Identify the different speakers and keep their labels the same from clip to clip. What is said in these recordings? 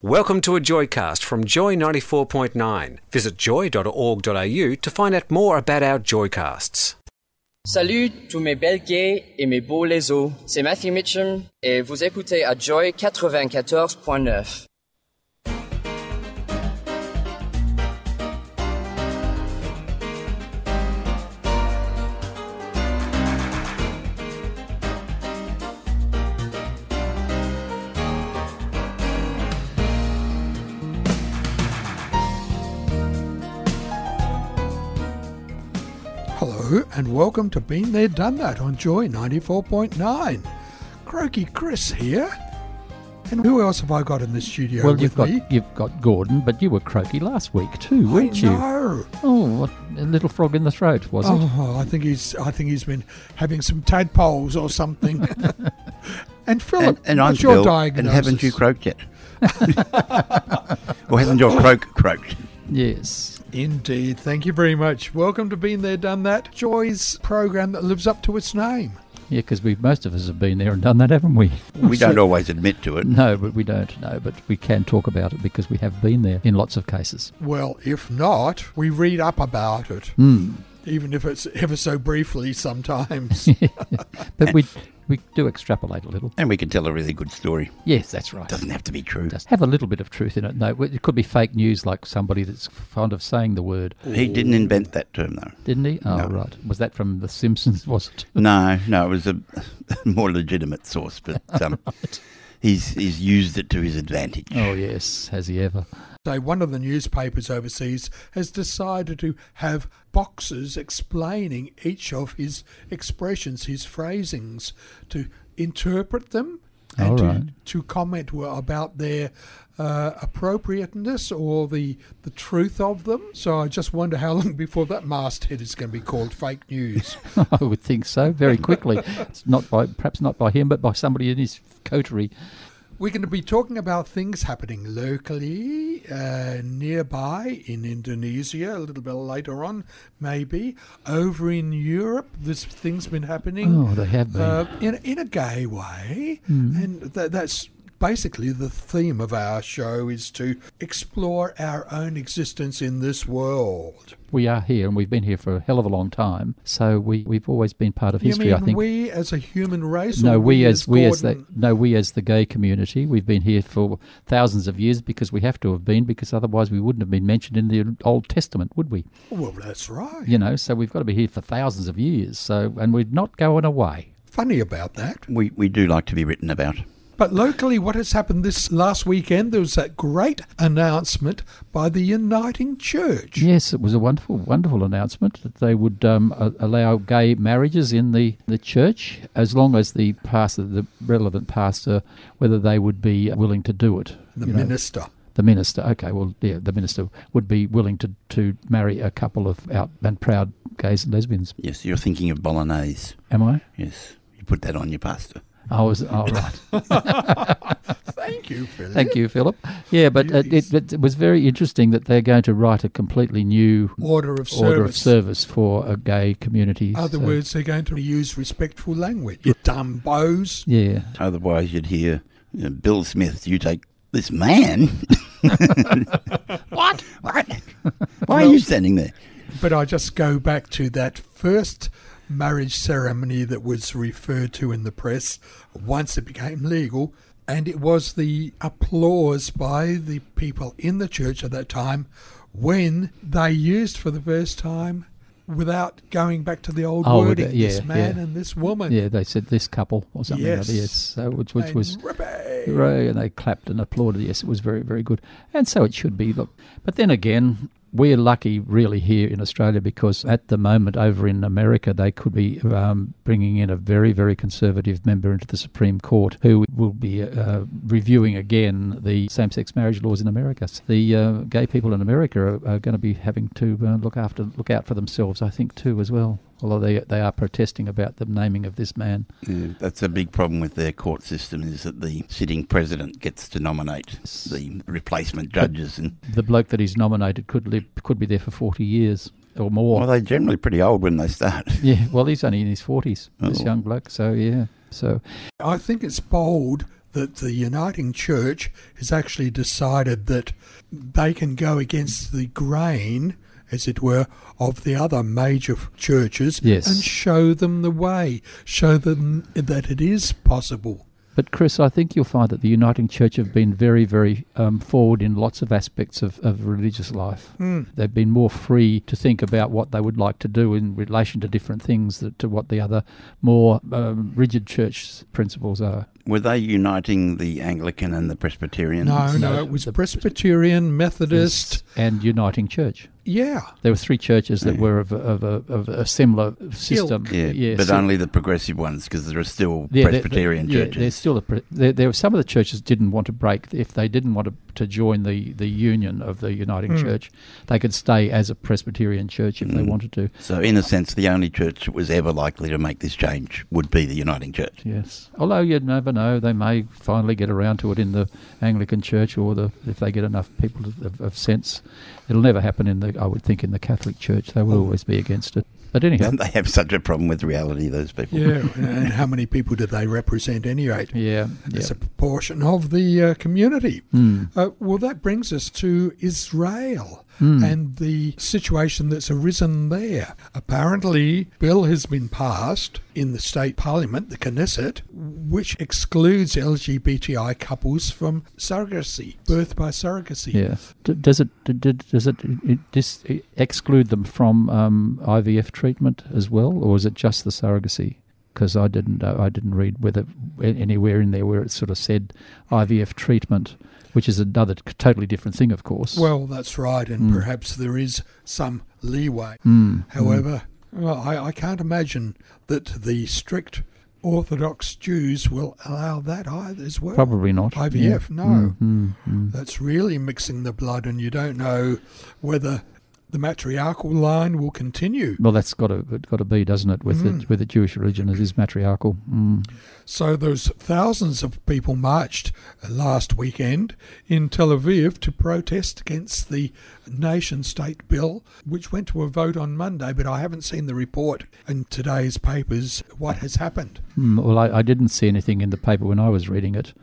Speaker 1: Welcome to a Joycast from Joy 94.9. Visit joy.org.au to find out more about our Joycasts.
Speaker 2: Salut tous mes belles gays et mes beaux les os. C'est Matthew Mitchum et vous écoutez à Joy 94.9.
Speaker 3: Hello and welcome to Been There Done That on Joy 94.9. Croaky Chris here. And who else have I got in the studio
Speaker 4: Well,
Speaker 3: with
Speaker 4: you've got
Speaker 3: me?
Speaker 4: you've got Gordon, but you were croaky last week too,
Speaker 3: I
Speaker 4: weren't you?
Speaker 3: know.
Speaker 4: Oh, what, a little frog in the throat, was it?
Speaker 3: Oh, I think he's I think he's been having some tadpoles or something. and Philip,
Speaker 5: and, and I'm
Speaker 3: what's your
Speaker 5: Phil,
Speaker 3: diagnosis?
Speaker 5: and haven't you croaked yet? or hasn't your croak croaked?
Speaker 4: Yes.
Speaker 3: Indeed. Thank you very much. Welcome to Been There Done That, Joy's program that lives up to its name.
Speaker 4: Yeah, because we most of us have been there and done that, haven't we?
Speaker 5: We don't always admit to it.
Speaker 4: No, but we don't. No, but we can talk about it because we have been there in lots of cases.
Speaker 3: Well, if not, we read up about it.
Speaker 4: Hmm.
Speaker 3: Even if it's ever so briefly sometimes.
Speaker 4: But we we do extrapolate a little.
Speaker 5: And we can tell a really good story.
Speaker 4: Yes, that's right.
Speaker 5: Doesn't have to be true.
Speaker 4: Just have a little bit of truth in it. No, it could be fake news, like somebody that's fond of saying the word,
Speaker 5: He didn't invent that term though.
Speaker 4: didn't he? Oh,
Speaker 5: No.
Speaker 4: right. Was that from The Simpsons? Was it?
Speaker 5: No, no, it was a more legitimate source, but um, he's he's used it to his advantage.
Speaker 4: Oh, yes. Has he ever?
Speaker 3: So one of the newspapers overseas has decided to have boxes explaining each of his expressions, his phrasings, to interpret them and
Speaker 4: All
Speaker 3: to,
Speaker 4: right.
Speaker 3: to comment were about their uh, appropriateness or the the truth of them. So I just wonder how long before that masthead is going to be called fake news.
Speaker 4: I would think so. Very quickly, it's not by perhaps not by him, but by somebody in his coterie.
Speaker 3: We're going to be talking about things happening locally, uh, nearby in Indonesia a little bit later on, maybe. Over in Europe, this thing's been happening
Speaker 4: Oh, Hmm. they have been.
Speaker 3: uh, in, in a gay way. And tha that's basically the theme of our show is to explore our own existence in this world.
Speaker 4: we are here, and we've been here for a hell of a long time. So we we've always been part of history.
Speaker 3: you
Speaker 4: I
Speaker 3: mean
Speaker 4: think.
Speaker 3: we as a human race?
Speaker 4: no,
Speaker 3: or
Speaker 4: we as we as the
Speaker 3: Gordon?
Speaker 4: no we as the gay community, we've been here for thousands of years because we have to have been because otherwise we wouldn't have been mentioned in the Old Testament, would we?
Speaker 3: Well, that's right.
Speaker 4: You know, so we've got to be here for thousands of years. So and we're not going away.
Speaker 3: Funny about that.
Speaker 5: We we do like to be written about.
Speaker 3: But locally, what has happened this last weekend? There was that great announcement by the Uniting Church.
Speaker 4: Yes, it was a wonderful, wonderful announcement that they would um, a- allow gay marriages in the, the church as long as the pastor, the relevant pastor, whether they would be willing to do it.
Speaker 3: The
Speaker 4: you know.
Speaker 3: minister.
Speaker 4: The minister, okay, well, yeah, the minister would be willing to, to marry a couple of out and proud gays and lesbians.
Speaker 5: Yes, you're thinking of bolognese.
Speaker 4: Am I?
Speaker 5: Yes, you put that on your pasta.
Speaker 4: I was, oh, right.
Speaker 3: Thank you, Philip.
Speaker 4: Thank you, Philip. Yeah, but uh, it, it, it was very interesting that they're going to write a completely new
Speaker 3: Order of Service.
Speaker 4: order of service for a gay community.
Speaker 3: Other
Speaker 4: So-
Speaker 3: words, they're going to use respectful language. You dumb bows.
Speaker 4: Yeah,
Speaker 5: Otherwise, you'd hear you know, Bill Smith. You take this man. what? What? Why are you standing there?
Speaker 3: But I just go back to that first marriage ceremony that was referred to in the press once it became legal. And it was the applause by the people in the church at that time when they used for the first time, without going back to the old
Speaker 4: Oh, with
Speaker 3: wording,
Speaker 4: the- yeah,
Speaker 3: this man
Speaker 4: yeah.
Speaker 3: and this woman.
Speaker 4: Yeah, they said this couple or something. Yes,
Speaker 3: Yes.
Speaker 4: yes. So, which, which
Speaker 3: And
Speaker 4: was
Speaker 3: ribbing.
Speaker 4: hooray, and they clapped and applauded. Yes, it was very, very good, and so it should be. Look, but then again, We're lucky, really, here in Australia because at the moment over in America, they could be um, bringing in a very, very conservative member into the Supreme Court who will be uh, reviewing again the same sex marriage laws in America. So the uh, gay people in America are, are going to be having to uh, look after, look out for themselves, I think, too, as well. Although they, they are protesting about the naming of this man.
Speaker 5: Yeah, that's a big problem with their court system is that the sitting president gets to nominate the replacement judges and
Speaker 4: The bloke that he's nominated could live, could be there for 40 years or more.
Speaker 5: well they're generally pretty old when they start.
Speaker 4: Yeah, well, he's only in his 40s, this
Speaker 5: Oh.
Speaker 4: young bloke. So, yeah. So,
Speaker 3: I think it's bold that the Uniting Church has actually decided that they can go against the grain, as it were, of the other major f- churches
Speaker 4: Yes.
Speaker 3: and show them the way, show them that it is possible.
Speaker 4: but Chris, I think you'll find that the Uniting Church have been very, very um, forward in lots of aspects of, of religious life.
Speaker 5: Hmm.
Speaker 4: They've been more free to think about what they would like to do in relation to different things that, to what the other more um, rigid church principles are.
Speaker 5: Were they uniting the Anglican and the Presbyterian?
Speaker 3: No, no,
Speaker 4: No,
Speaker 3: it was
Speaker 4: the-
Speaker 3: Presbyterian, Methodist.
Speaker 4: And Uniting Church.
Speaker 3: Yeah.
Speaker 4: There were three churches
Speaker 5: Hmm.
Speaker 4: that were of, a- of, a, of a similar system.
Speaker 5: Yeah, but
Speaker 4: sim-
Speaker 5: only the progressive ones because there are still
Speaker 4: Yeah, they're-
Speaker 5: Presbyterian
Speaker 4: they're- Yeah, there's
Speaker 5: churches.
Speaker 4: still a. pre- There, there were some of the churches didn't want to break. If they didn't want to, to join the, the union of the Uniting Church, they could stay as a Presbyterian church if they
Speaker 5: Hmm.
Speaker 4: wanted to.
Speaker 5: So, in a sense, the only church that was ever likely to make this change would be the Uniting Church.
Speaker 4: Yes. Although you never know, they may finally get around to it in the Anglican Church, or the if they get enough people of, of sense, it'll never happen in the. I would think in the Catholic Church, they
Speaker 5: Oh.
Speaker 4: will always be against it. But anyhow,
Speaker 5: And they have such a problem with reality, those people.
Speaker 3: Yeah. and how many people do they represent, anyway?
Speaker 4: yeah, Hmm. yeah.
Speaker 3: As a proportion of the uh, community. Uh, well, that brings us to Israel and the situation that's arisen there. Apparently, bill has been passed in the state parliament, the Knesset, which excludes LGBTI couples from surrogacy, birth by surrogacy.
Speaker 4: Yeah. D- does it d- d- does it, it dis- exclude them from um, IVF treatment as well, or is it just the surrogacy? Because I didn't know, I didn't read whether anywhere in there where it sort of said IVF treatment, which is another c- totally different thing, of course.
Speaker 3: Well, that's right, and perhaps there is some leeway.
Speaker 4: Hmm.
Speaker 3: However, well, I, I can't imagine that the strict Orthodox Jews will allow that either as well.
Speaker 4: probably not.
Speaker 3: IVF,
Speaker 4: Yeah.
Speaker 3: no.
Speaker 4: Mm, mm.
Speaker 3: That's really mixing the blood, and you don't know whether the matriarchal line will continue.
Speaker 4: Well, that's got to got to be, doesn't it? With
Speaker 3: Mm.
Speaker 4: the, with the Jewish religion, it is matriarchal. Mm.
Speaker 3: So there's thousands of people marched last weekend in Tel Aviv to protest against the nation state bill, which went to a vote on Monday, but I haven't seen the report in today's papers what has happened.
Speaker 4: Mm, well, I, I didn't see anything in the paper when I was reading it.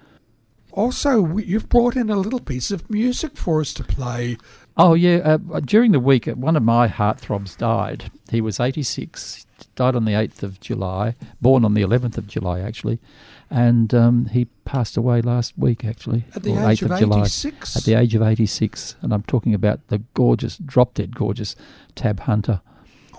Speaker 3: Also, we- you've brought in a little piece of music for us to play.
Speaker 4: Oh yeah, uh, during the week, uh, one of my heartthrobs died. He was 86, died on the 8th of July, born on the 11th of July actually, and um, he passed away last week actually,
Speaker 3: At the
Speaker 4: or
Speaker 3: age
Speaker 4: 8th
Speaker 3: of
Speaker 4: July,
Speaker 3: 86?
Speaker 4: at the age of 86, and I'm talking about the gorgeous, drop dead gorgeous Tab Hunter.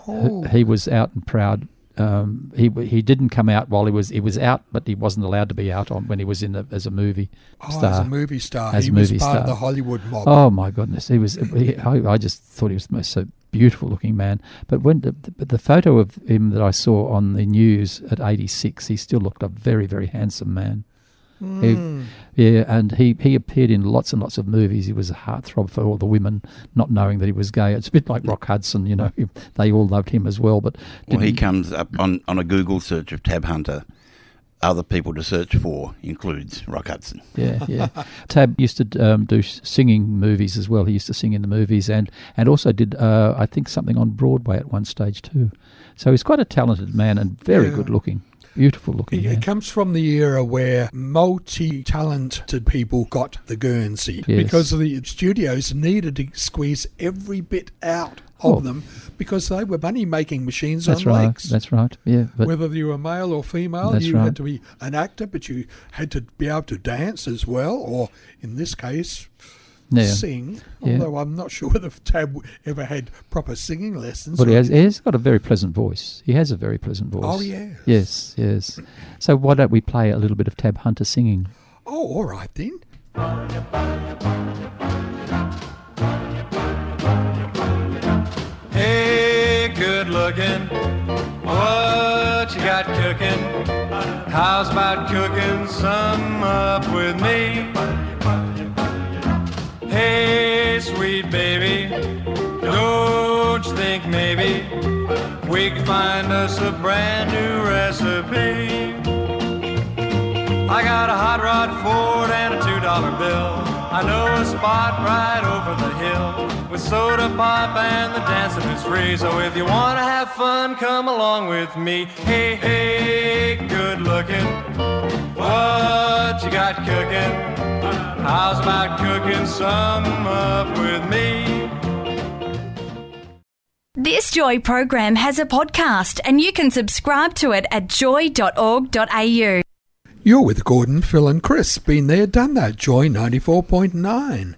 Speaker 3: Oh,
Speaker 4: He was out and proud. Um, he he didn't come out while he was he was out, but he wasn't allowed to be out on when he was in the, as a movie
Speaker 3: oh,
Speaker 4: star.
Speaker 3: as a movie star.
Speaker 4: As
Speaker 3: he
Speaker 4: a movie
Speaker 3: was part
Speaker 4: star.
Speaker 3: of the Hollywood mob.
Speaker 4: Oh my goodness, he was. He, I, I just thought he was the most so beautiful looking man. But when the, but the photo of him that I saw on the news at eighty six, he still looked a very very handsome man.
Speaker 5: Hmm.
Speaker 4: He- yeah, and he, he appeared in lots and lots of movies. He was a heartthrob for all the women, not knowing that he was gay. It's a bit like Rock Hudson, you know. They all loved him as well, but
Speaker 5: Well, he
Speaker 4: didn't-
Speaker 5: comes up on, on a Google search of Tab Hunter. Other people to search for includes Rock Hudson.
Speaker 4: yeah, yeah. Tab used to um, do s- singing movies as well. He used to sing in the movies and and also did uh, I think something on Broadway at one stage too. So he's quite a talented man and very
Speaker 3: Yeah.
Speaker 4: good looking, beautiful looking.
Speaker 3: It,
Speaker 4: man.
Speaker 3: it comes from the era where multi-talented people got the Guernsey
Speaker 4: Yes.
Speaker 3: because the studios needed to squeeze every bit out
Speaker 4: Oh.
Speaker 3: of them because they were money-making machines
Speaker 4: That's
Speaker 3: on
Speaker 4: right.
Speaker 3: lakes.
Speaker 4: That's right. Yeah, but
Speaker 3: Whether you were male or female,
Speaker 4: That's
Speaker 3: you
Speaker 4: right.
Speaker 3: had to be an actor, but you had to be able to dance as well, or in this case,
Speaker 4: yeah.
Speaker 3: sing.
Speaker 4: Yeah.
Speaker 3: Although I'm not sure whether Tab ever had proper singing lessons.
Speaker 4: But he
Speaker 3: or-
Speaker 4: has, he has got a very pleasant voice. He has a very pleasant voice.
Speaker 3: Oh, yes.
Speaker 4: Yes, yes. So why don't we play a little bit of Tab Hunter singing?
Speaker 3: Oh, all right then.
Speaker 6: cooking? What you got cooking? How's about cooking some up with me? Hey, sweet baby, don't you think maybe we could find us a brand new recipe? I got a hot rod Ford and a two dollar bill. I know a spot right over the hill with soda pop and the dancing is free. So if you wanna have fun, come along with me. Hey, hey, good looking. What you got cooking? How's about cooking some up with me?
Speaker 7: This Joy program has a podcast, and you can subscribe to it at joy.org.au.
Speaker 3: You're with Gordon, Phil, and Chris. Been there, done that. Joy 94.9.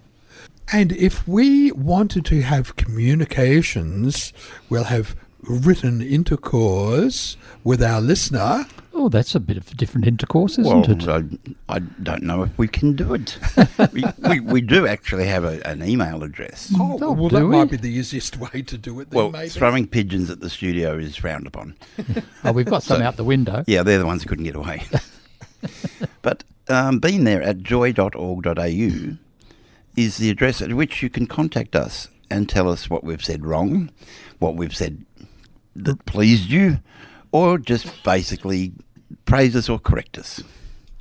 Speaker 3: And if we wanted to have communications, we'll have written intercourse with our listener.
Speaker 4: Oh, that's a bit of different intercourse, isn't it?
Speaker 5: well, uh, I, I don't know if we can do it. we, we, we do actually have a, an email address.
Speaker 3: Oh,
Speaker 4: Don't
Speaker 3: well,
Speaker 4: Mm, do
Speaker 3: that might
Speaker 4: it.
Speaker 3: be the easiest way to do it. Then,
Speaker 5: Well,
Speaker 3: maybe.
Speaker 5: throwing pigeons at the studio is frowned upon.
Speaker 4: Oh, we've got some out the window.
Speaker 5: Yeah, they're the ones who couldn't get away. but um, being there at joy.org.au is the address at which you can contact us and tell us what we've said wrong, what we've said that pleased you, or just basically praise us or correct us.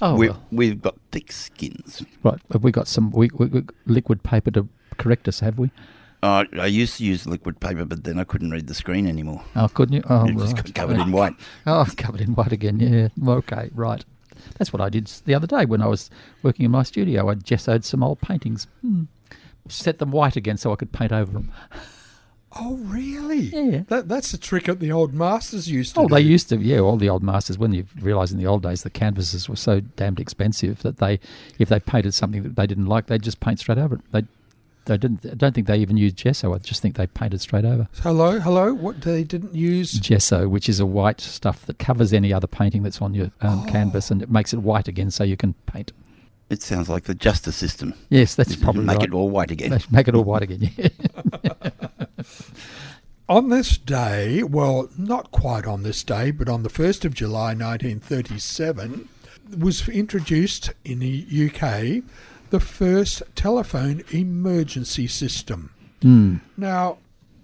Speaker 4: Oh,
Speaker 5: we,
Speaker 4: well.
Speaker 5: We've got thick skins.
Speaker 4: right. Have we got some we, we, we- liquid paper to correct us? Have we?
Speaker 5: Uh, I used to use liquid paper, but then I couldn't read the screen anymore.
Speaker 4: Oh, couldn't you? Oh,
Speaker 5: It just
Speaker 4: right.
Speaker 5: got covered in white.
Speaker 4: Oh, I've covered in white again. Yeah. Okay. Right. That's what I did the other day when I was working in my studio. I gessoed some old paintings, Hmm. set them white again so I could paint over them.
Speaker 3: oh, really?
Speaker 4: Yeah.
Speaker 3: That, that's a trick that the old masters used to
Speaker 4: Oh,
Speaker 3: do.
Speaker 4: they used to. Yeah, all the old masters. When you realise in the old days the canvases were so damned expensive that they, if they painted something that they didn't like, they'd just paint straight over it. They, they didn't. I don't think they even used gesso. I just think they painted straight over.
Speaker 3: Hello, hello. What they didn't use?
Speaker 4: gesso, which is a white stuff that covers any other painting that's on your um, canvas, and it makes it white again, so you can paint.
Speaker 5: It sounds like the justice system.
Speaker 4: Yes, that's probably
Speaker 5: Make
Speaker 4: right.
Speaker 5: it all white again.
Speaker 4: Make- Make it all white again. Yeah.
Speaker 3: On this day, well, not quite on this day, but on the 1st of July 1937, was introduced in the UK the first telephone emergency system. Now,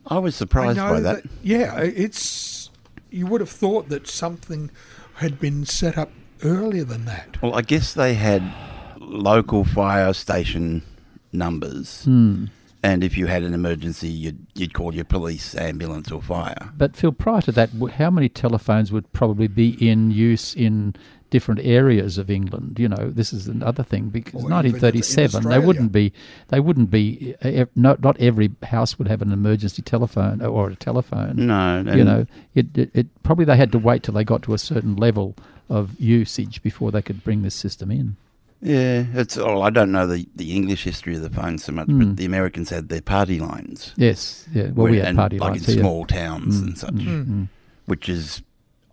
Speaker 5: I was
Speaker 3: I
Speaker 5: Hmm. surprised
Speaker 3: know
Speaker 5: by that.
Speaker 3: Yeah, it's. You would have thought that something had been set up earlier than that.
Speaker 5: Well, I guess they had local fire station numbers,
Speaker 4: Hmm.
Speaker 5: and if you had an emergency, you'd, you'd call your police, ambulance, or fire.
Speaker 4: But Phil, prior to that, w- how many telephones would probably be in use in different areas of England? You know, this is another thing because
Speaker 3: Or even in- in
Speaker 4: 1937 they
Speaker 3: Australia.
Speaker 4: wouldn't be they wouldn't be e- e- not not every house would have an emergency telephone or a telephone.
Speaker 5: No,
Speaker 4: you
Speaker 5: and-
Speaker 4: know, it, it it probably they had to wait till they got to a certain level of usage before they could bring this system in.
Speaker 5: Yeah, it's all. I don't know the, the English history of the phone so much, but the Americans had their party lines.
Speaker 4: Yes, yeah. Hmm. Well, we
Speaker 5: where-
Speaker 4: had
Speaker 5: and,
Speaker 4: party
Speaker 5: like
Speaker 4: lines Hmm.
Speaker 5: in
Speaker 4: here.
Speaker 5: small towns and such, which is,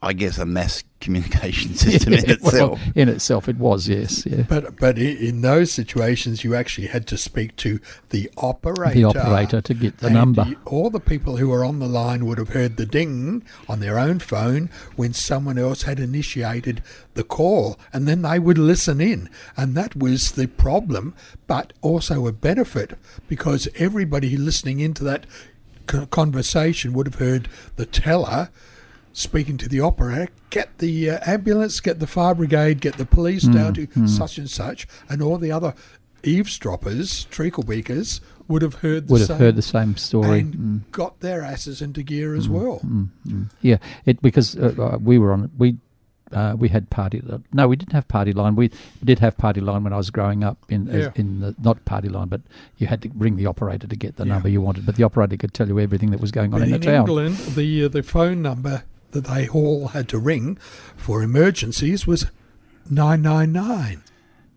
Speaker 5: I guess, a mass communication system in
Speaker 4: Well,
Speaker 5: itself.
Speaker 4: in itself, it was yes, yeah.
Speaker 3: But but i- in those situations, you actually had to speak to the operator.
Speaker 4: The operator to get the
Speaker 3: And
Speaker 4: number.
Speaker 3: y- all the people who were on the line would have heard the ding on their own phone when someone else had initiated the call, and then they would listen in. And that was the problem, but also a benefit because everybody listening into that co- conversation would have heard the teller speaking to the operator, get the uh, ambulance, get the fire brigade, get the police
Speaker 4: Hmm,
Speaker 3: down to such and such, and all the other eavesdroppers, treacle beakers, would have heard the
Speaker 4: Would have
Speaker 3: same
Speaker 4: heard the same story.
Speaker 3: and got their asses into gear
Speaker 4: Mm.
Speaker 3: as well.
Speaker 4: Yeah, it because uh, uh, we were on we uh, we had party. li- No, we didn't have party line. We did have party line when I was growing up in as-
Speaker 3: Yeah.
Speaker 4: in the, not party line, but you had to ring the operator to get the number you wanted. But the operator could tell you everything that was going on
Speaker 3: But
Speaker 4: in,
Speaker 3: in
Speaker 4: the town.
Speaker 3: England, the uh, the phone number that they all had to ring for emergencies was nine nine nine.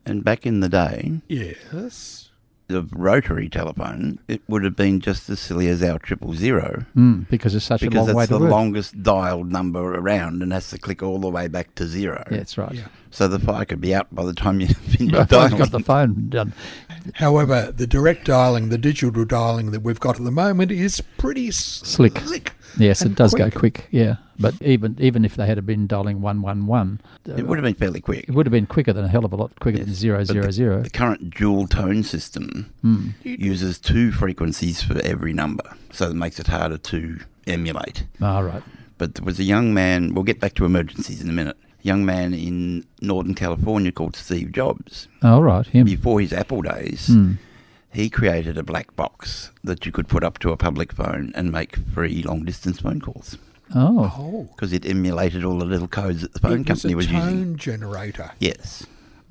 Speaker 5: And back in the day,
Speaker 3: Yes.
Speaker 5: the rotary telephone, it would have been just as silly as our triple zero.
Speaker 4: Mm, because it's such a
Speaker 5: because
Speaker 4: long way
Speaker 5: that's
Speaker 4: to
Speaker 5: the
Speaker 4: work.
Speaker 5: longest dialed number around and has to click all the way back to zero.
Speaker 4: yeah, that's right.
Speaker 3: Yeah.
Speaker 5: So the fire could be out by the time you finish
Speaker 4: I've
Speaker 5: dialing.
Speaker 4: got the phone done.
Speaker 3: However, the direct dialing, the digital dialing that we've got at the moment is pretty
Speaker 4: Slick.
Speaker 3: slick.
Speaker 4: Yes,
Speaker 3: and
Speaker 4: it does
Speaker 3: quick.
Speaker 4: go quick. Yeah, but even even if they had been dialing one one one,
Speaker 5: It would have been fairly quick.
Speaker 4: it would have been quicker than a hell of a lot quicker than zero
Speaker 5: But
Speaker 4: zero
Speaker 5: the,
Speaker 4: zero.
Speaker 5: The current dual tone system uses two frequencies for every number, so it makes it harder to emulate.
Speaker 4: All right.
Speaker 5: But there was a young man, we'll get back to emergencies in a minute, young man in Northern California called Steve Jobs.
Speaker 4: All right.
Speaker 3: Mm.
Speaker 4: Him.
Speaker 5: Before his Apple days, he created a black box that you could put up to a public phone and make free long distance phone calls
Speaker 4: Oh.
Speaker 3: Oh,
Speaker 5: because it emulated all the little codes that the phone
Speaker 3: it was
Speaker 5: company
Speaker 3: a
Speaker 5: was
Speaker 3: tone
Speaker 5: using.
Speaker 3: generator.
Speaker 5: Yes.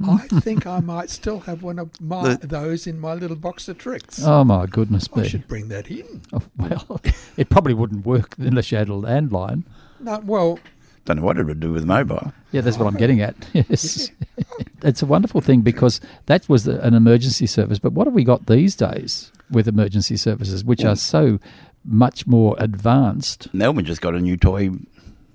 Speaker 3: I think I might still have one of my
Speaker 5: The-
Speaker 3: those in my little box of tricks.
Speaker 4: Oh my goodness
Speaker 3: I
Speaker 4: me!
Speaker 3: should bring that in.
Speaker 4: Oh, well, it probably wouldn't work unless you had a landline.
Speaker 3: No, well,
Speaker 5: Don't know what it would do with mobile.
Speaker 4: Yeah, that's what I'm getting at. Yes. it's a wonderful thing because that was the- an emergency service. But what have we got these days with emergency services, which
Speaker 3: Oh.
Speaker 4: are so much more advanced?
Speaker 5: Melbourne just got a new toy,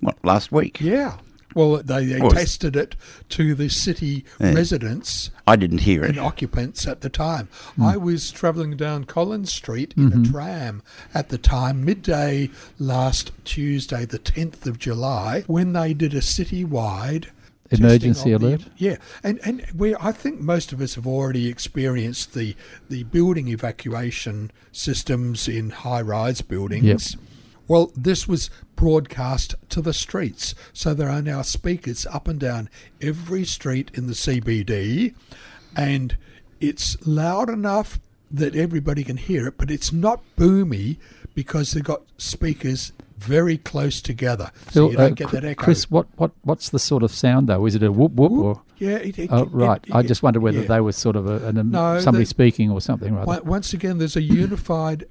Speaker 5: what, last week?
Speaker 3: yeah. Well, they, they
Speaker 5: Well, it's-
Speaker 3: tested it to the city
Speaker 5: Yeah.
Speaker 3: residents
Speaker 5: I didn't hear it.
Speaker 3: and occupants at the time. I was travelling down Collins Street in a tram at the time, midday last Tuesday, the 10th of July, when they did a citywide testing
Speaker 4: Emergency
Speaker 3: of the-
Speaker 4: alert?
Speaker 3: yeah, and and we I think most of us have already experienced the the building evacuation systems in high rise buildings. Well, this was broadcast to the streets, so there are now speakers up and down every street in the CBD, and it's loud enough that everybody can hear it, but it's not boomy because they've got speakers very close together, so
Speaker 4: Phil,
Speaker 3: you
Speaker 4: uh,
Speaker 3: don't get
Speaker 4: Chr-
Speaker 3: that echo.
Speaker 4: Chris, what, what, what's the sort of sound though? Is it a whoop whoop, or?
Speaker 3: yeah, it, it,
Speaker 4: Oh,
Speaker 3: it-
Speaker 4: right.
Speaker 3: it-
Speaker 4: I just wonder whether
Speaker 3: yeah.
Speaker 4: they were sort of a, an, um,
Speaker 3: No,
Speaker 4: somebody
Speaker 3: they-
Speaker 4: speaking or something, rather.
Speaker 3: Wa- Once again, there's a unified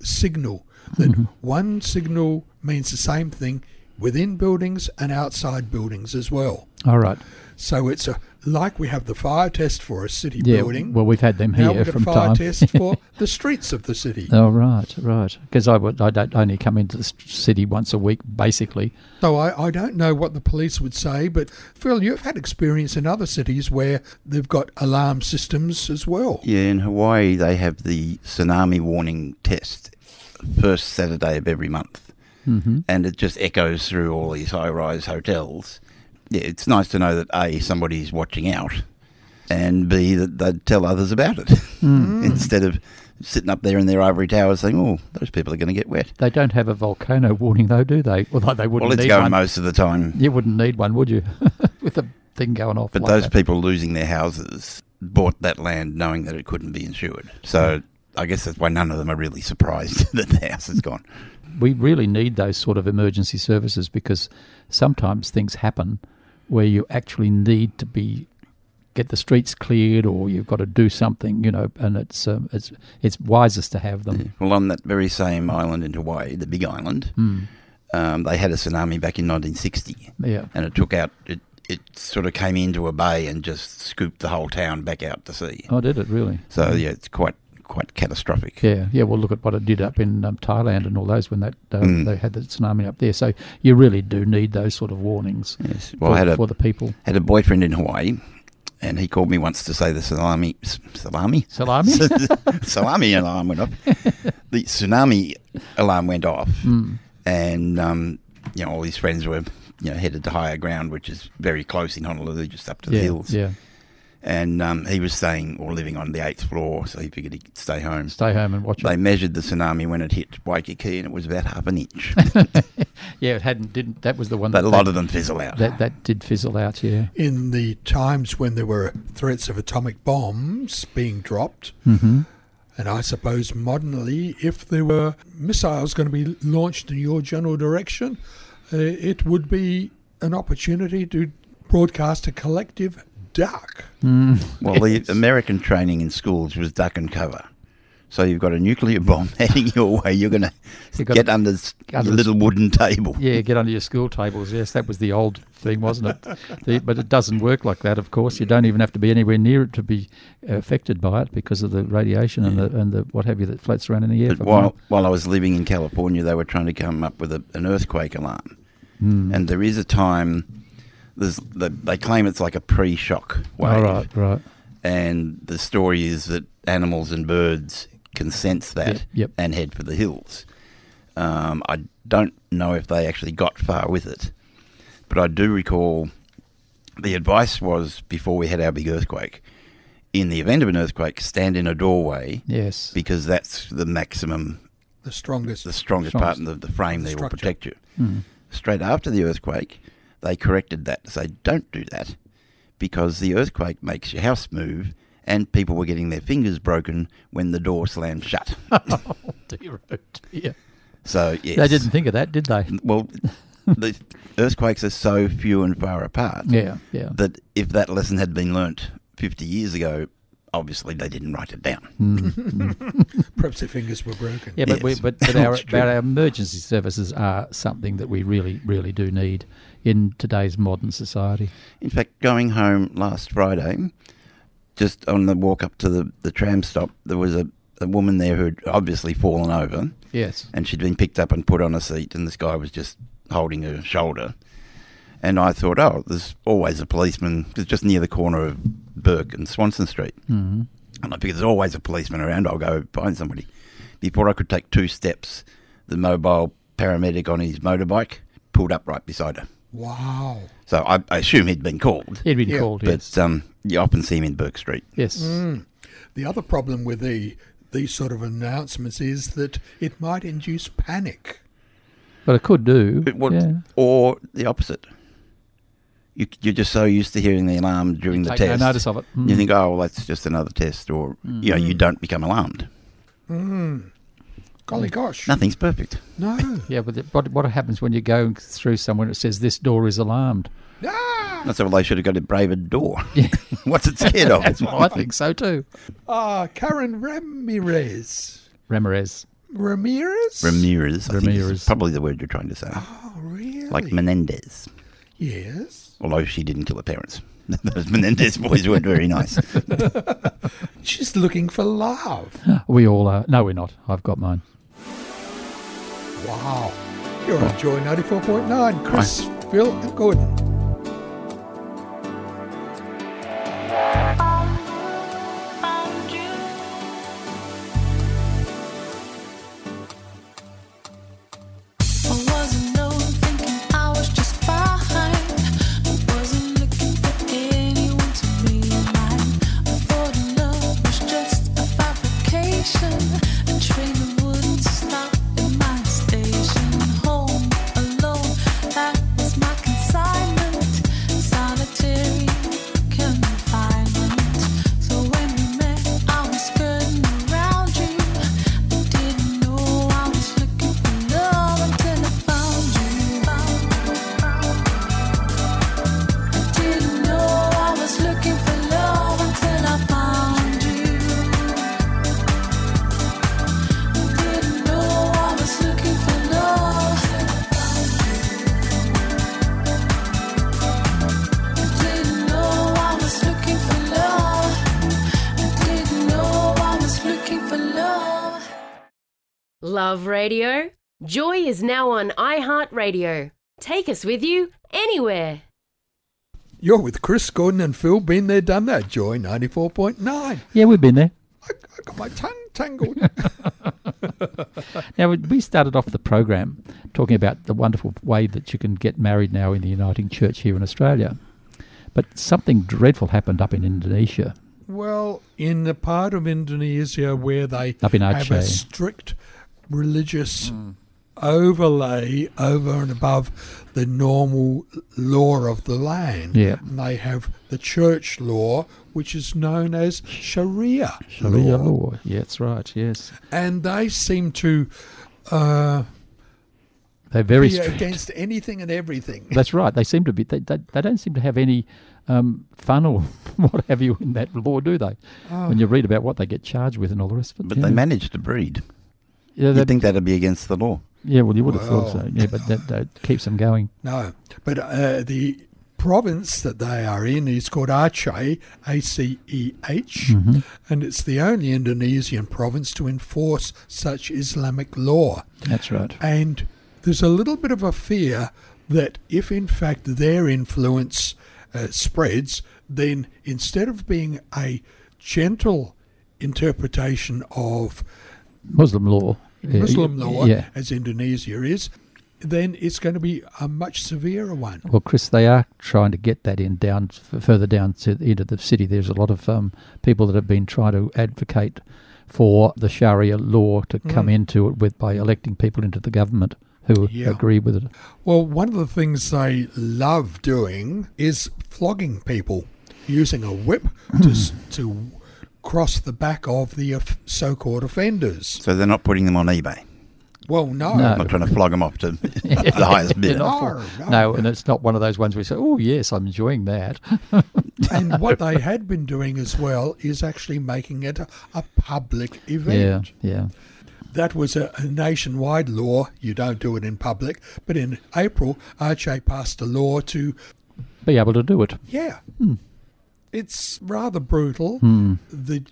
Speaker 3: signal that
Speaker 4: Mm-hmm.
Speaker 3: one signal means the same thing within buildings and outside buildings as well.
Speaker 4: All right.
Speaker 3: So it's a, like we have the fire test for a city
Speaker 4: Yeah.
Speaker 3: building.
Speaker 4: Well, we've had them
Speaker 3: now
Speaker 4: here
Speaker 3: we've got a
Speaker 4: from
Speaker 3: fire
Speaker 4: time.
Speaker 3: test for the streets of the city.
Speaker 4: Oh right, right. Because I would, I don't only come into the s- city once a week, basically.
Speaker 3: So I, I don't know what the police would say, but Phil, you've had experience in other cities where they've got alarm systems as well.
Speaker 5: Yeah, in Hawaii, they have the tsunami warning test first Saturday of every month. Mm-hmm. And it just echoes through all these high rise hotels. Yeah, it's nice to know that A, somebody's watching out, and B, that they'd tell others about it
Speaker 4: Mm.
Speaker 5: instead of sitting up there in their ivory tower saying, oh, those people are going to get wet.
Speaker 4: They don't have a volcano warning though, do they? Although they wouldn't
Speaker 5: well, it's
Speaker 4: need
Speaker 5: going
Speaker 4: one.
Speaker 5: most of the time.
Speaker 4: You wouldn't need one, would you? With the thing going off.
Speaker 5: But
Speaker 4: like
Speaker 5: those
Speaker 4: that.
Speaker 5: people losing their houses bought that land knowing that it couldn't be insured. So I guess that's why none of them are really surprised that the house is gone.
Speaker 4: we really need those sort of emergency services because sometimes things happen where you actually need to be get the streets cleared or you've got to do something, you know. And it's um, it's it's wisest to have them.
Speaker 5: Well, on that very same island in Hawaii, the Big Island,
Speaker 4: Hmm.
Speaker 5: um, they had a tsunami back in 1960,
Speaker 4: Yeah.
Speaker 5: and it took out it. It sort of came into a bay and just scooped the whole town back out to sea.
Speaker 4: Oh, did it really?
Speaker 5: So yeah, it's quite quite catastrophic.
Speaker 4: Yeah, yeah. Well, look at what it did up in um, Thailand and all those when that uh,
Speaker 5: Mm.
Speaker 4: they had the tsunami up there. So you really do need those sort of warnings
Speaker 5: Yes. Well,
Speaker 4: for,
Speaker 5: I had a
Speaker 4: for the people.
Speaker 5: had a boyfriend in Hawaii, and he called me once to say the salami s- salami
Speaker 4: Salami?
Speaker 5: salami alarm went off. The tsunami alarm went off,
Speaker 4: Hmm.
Speaker 5: and um, you know all his friends were you know headed to higher ground, which is very close in Honolulu, just up to the
Speaker 4: yeah,
Speaker 5: hills.
Speaker 4: yeah.
Speaker 5: And um, he was staying or living on the eighth floor, so he figured he'd stay home.
Speaker 4: Stay home and watch
Speaker 5: They
Speaker 4: it.
Speaker 5: measured the tsunami when it hit Waikiki, and it was about half an inch.
Speaker 4: Yeah, it hadn't didn't. That was the one.
Speaker 5: but
Speaker 4: that
Speaker 5: a lot of them fizzle out.
Speaker 4: that that did fizzle out. Yeah.
Speaker 3: in the times when there were threats of atomic bombs being dropped. And I suppose modernly, if there were missiles going to be launched in your general direction, uh, it would be an opportunity to broadcast a collective duck.
Speaker 5: Well, the American training in schools was duck and cover. So you've got a nuclear bomb heading your way. You're going to
Speaker 4: You've got
Speaker 5: get
Speaker 4: to-
Speaker 5: under s- your
Speaker 4: under
Speaker 5: little wooden table.
Speaker 4: Yeah, get under your school tables. Yes, that was the old thing, wasn't it? The, but it doesn't work like that, of course. You don't even have to be anywhere near it to be affected by it because of the radiation and the and the what have you that floats around in the air.
Speaker 5: But
Speaker 4: for
Speaker 5: while, while I was living in California, they were trying to come up with a, an earthquake alarm.
Speaker 4: Hmm.
Speaker 5: And there is a time, there's, they, they claim it's like a pre shock wave.
Speaker 4: All right, right.
Speaker 5: And the story is that animals and birds can sense that
Speaker 4: Yep, yep.
Speaker 5: and head for the hills. Um, I don't know if they actually got far with it, but I do recall the advice was before we had our big earthquake. In the event of an earthquake, stand in a doorway
Speaker 4: Yes.
Speaker 5: because that's the maximum
Speaker 3: The strongest.
Speaker 5: the strongest part of the, the frame there will
Speaker 3: structure.
Speaker 5: protect you. Straight after the earthquake, they corrected that to say, don't do that because the earthquake makes your house move and people were getting their fingers broken when the door slammed shut.
Speaker 4: Dear, oh dear.
Speaker 5: so, yes.
Speaker 4: They didn't think of that, did they?
Speaker 5: Well, the earthquakes are so few and far apart
Speaker 4: Yeah, yeah.
Speaker 5: that if that lesson had been learnt 50 years ago, obviously they didn't write it down.
Speaker 3: Perhaps their fingers were broken.
Speaker 4: Yeah, but, we,
Speaker 5: Yes.
Speaker 4: but, but, our,
Speaker 5: That's true.
Speaker 4: but our emergency services are something that we really, really do need in today's modern society.
Speaker 5: In fact, going home last Friday, just on the walk up to the, the tram stop, there was a, a woman there who had obviously fallen over
Speaker 4: Yes.
Speaker 5: and she'd been picked up and put on a seat, and this guy was just holding her shoulder. And I thought, oh, there's always a policeman, because just near the corner of Burke and Swanson Street. mm And I figured there's always a policeman around, I'll go find somebody. Before I could take two steps, the mobile paramedic on his motorbike pulled up right beside her.
Speaker 3: Wow.
Speaker 5: So I, I assume he'd been called.
Speaker 4: He'd been
Speaker 3: Yeah,
Speaker 4: called, yes.
Speaker 5: But um, you often see him in Burke Street.
Speaker 4: yes.
Speaker 3: The other problem with the these sort of announcements is that it might induce panic.
Speaker 4: But it could do.
Speaker 5: It would-
Speaker 4: yeah.
Speaker 5: Or the opposite. You, you're just so used to hearing the alarm during the
Speaker 4: Take no
Speaker 5: test.
Speaker 4: notice of it.
Speaker 5: You
Speaker 4: Mm.
Speaker 5: think, oh, well, that's just another test, or you know, you don't become alarmed.
Speaker 3: Golly gosh.
Speaker 5: Nothing's perfect.
Speaker 3: No.
Speaker 4: Yeah, but it- what, what happens when you're going through somewhere and it says this door is alarmed?
Speaker 3: Ah,
Speaker 5: That's why they should have got a braver door. What's it scared of?
Speaker 4: That's what I think so too.
Speaker 3: ah, Karen Ramirez.
Speaker 4: Ramirez.
Speaker 3: Ramirez?
Speaker 5: Ramirez. I think
Speaker 4: Ramirez.
Speaker 5: is probably the word you're trying to say.
Speaker 3: Oh, really?
Speaker 5: Like Menendez.
Speaker 3: yes.
Speaker 5: Although she didn't kill her parents. Those Menendez boys weren't very nice.
Speaker 3: She's looking for love.
Speaker 4: We all are. No, we're not. I've got mine.
Speaker 3: Wow. You're on Joy 94.9. Chris, Phil, and Gordon.
Speaker 8: Solitary confinement. So when we met, I was skirting around you. I didn't know I was looking for love until I found you. I didn't know I was looking for love until I found you. I didn't know I was looking for love. Didn't know I was looking for love. Didn't know I was looking for love.
Speaker 9: Love Radio? Joy is now on iHeartRadio. Take us with you anywhere.
Speaker 3: You're with Chris, Gordon, and Phil. Been there, done that. Joy 94.9. I,
Speaker 4: Yeah, we've been there.
Speaker 3: I got my tongue tangled.
Speaker 4: Now, we started off the program talking about the wonderful way that you can get married now in the Uniting Church here in Australia. But something dreadful happened up in Indonesia.
Speaker 3: Well, in the part of Indonesia where they
Speaker 4: Up in
Speaker 3: have a
Speaker 4: Aceh.
Speaker 3: strict religious overlay over and above the normal law of the land,
Speaker 4: Yeah.
Speaker 3: and they have the church law, which is known as Sharia,
Speaker 4: Sharia
Speaker 3: law.
Speaker 4: law. Yeah, that's right. Yes.
Speaker 3: and they seem to uh,
Speaker 4: They're very
Speaker 3: be
Speaker 4: strict.
Speaker 3: against anything and everything.
Speaker 4: That's right. They seem to be. They, they, they don't seem to have any um, fun or what have you in that law, do they?
Speaker 3: Oh.
Speaker 4: When you read about what they get charged with and all the rest of it.
Speaker 5: But
Speaker 4: yeah.
Speaker 5: they managed to breed.
Speaker 4: Yeah,
Speaker 5: You'd
Speaker 4: that-
Speaker 5: think that'd be against the law.
Speaker 4: yeah, well, you would have thought so.
Speaker 3: Well.
Speaker 4: Yeah, but that, that keeps them going.
Speaker 3: No, but uh, the province that they are in is called Aceh, A C E H,
Speaker 4: Mm-hmm.
Speaker 3: and it's the only Indonesian province to enforce such Islamic law.
Speaker 4: That's right.
Speaker 3: And there's a little bit of a fear that if, in fact, their influence uh, spreads, then instead of being a gentle interpretation of
Speaker 4: Muslim law. Yeah,
Speaker 3: Muslim law,
Speaker 4: Yeah.
Speaker 3: as Indonesia is, then it's going to be a much severer one.
Speaker 4: Well, Chris, they are trying to get that in down f- further down to into the city. There's a lot of um, people that have been trying to advocate for the Sharia law to
Speaker 3: Mm.
Speaker 4: come into it with by electing people into the government who
Speaker 3: Yeah.
Speaker 4: agree with it.
Speaker 3: Well, one of the things they love doing is flogging people using a whip to, s-
Speaker 4: Hmm.
Speaker 3: to cross the back of the of- so called offenders.
Speaker 5: So they're not putting them on eBay.
Speaker 3: Well, no.
Speaker 4: No.
Speaker 5: Not trying to flog them off to the highest
Speaker 4: They're
Speaker 5: bid.
Speaker 4: not
Speaker 3: Oh, No,
Speaker 4: for-
Speaker 3: no.
Speaker 4: no, and it's not one of those ones where you say, "Oh yes, I'm enjoying that."
Speaker 3: And what they had been doing as well is actually making it a, a public
Speaker 4: yeah,
Speaker 3: event.
Speaker 4: yeah.
Speaker 3: That was a, a nationwide law. You don't do it in public. But in April, Aceh passed a law to
Speaker 4: Be able to do it.
Speaker 3: Yeah. It's rather brutal. The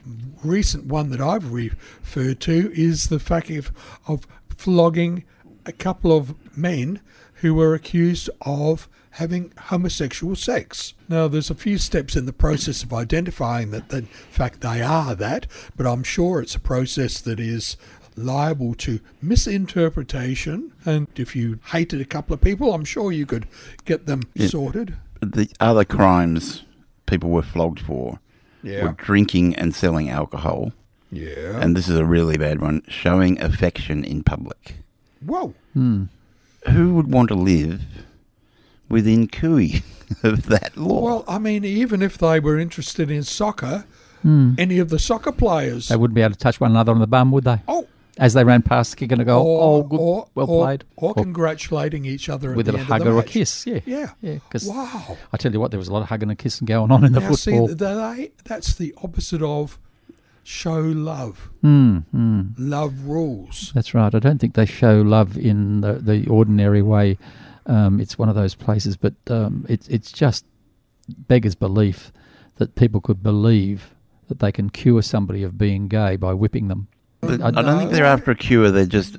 Speaker 3: recent one that I've referred to is the fact of, of flogging a couple of men who were accused of having homosexual sex. Now, there's a few steps in the process of identifying that, that in fact, they are that, but I'm sure it's a process that is liable to misinterpretation. And if you hated a couple of people, I'm sure you could get them
Speaker 5: Yeah.
Speaker 3: sorted.
Speaker 5: The other crimes people were flogged for were drinking and selling alcohol.
Speaker 3: Yeah.
Speaker 5: And this is a really bad one showing affection in public.
Speaker 3: Whoa.
Speaker 5: Who would want to live within cooey of that law?
Speaker 3: Well, I mean, even if they were interested in soccer, any of the soccer players.
Speaker 4: Hmm. They wouldn't be able to touch one another on the bum, would they?
Speaker 3: oh,
Speaker 4: As they ran past, kicking a goal. oh, good, well
Speaker 3: or,
Speaker 4: played.
Speaker 3: Or
Speaker 4: Or-
Speaker 3: congratulating each other at
Speaker 4: with
Speaker 3: the
Speaker 4: a
Speaker 3: end
Speaker 4: hug
Speaker 3: of the
Speaker 4: or a
Speaker 3: match.
Speaker 4: kiss. Yeah,
Speaker 3: Yeah.
Speaker 4: yeah. Because
Speaker 3: Wow.
Speaker 4: I tell you what, there was a lot of hugging and kissing going on in the
Speaker 3: Now,
Speaker 4: football.
Speaker 3: see, they, that's the opposite of show love.
Speaker 4: Mm,
Speaker 3: Love rules.
Speaker 4: That's right. I don't think they show love in the, the ordinary way. Um, it's one of those places, but um, it's it's just beggars belief that people could believe that they can cure somebody of being gay by whipping them.
Speaker 5: But
Speaker 4: I-
Speaker 5: I don't think they're after a cure. They're just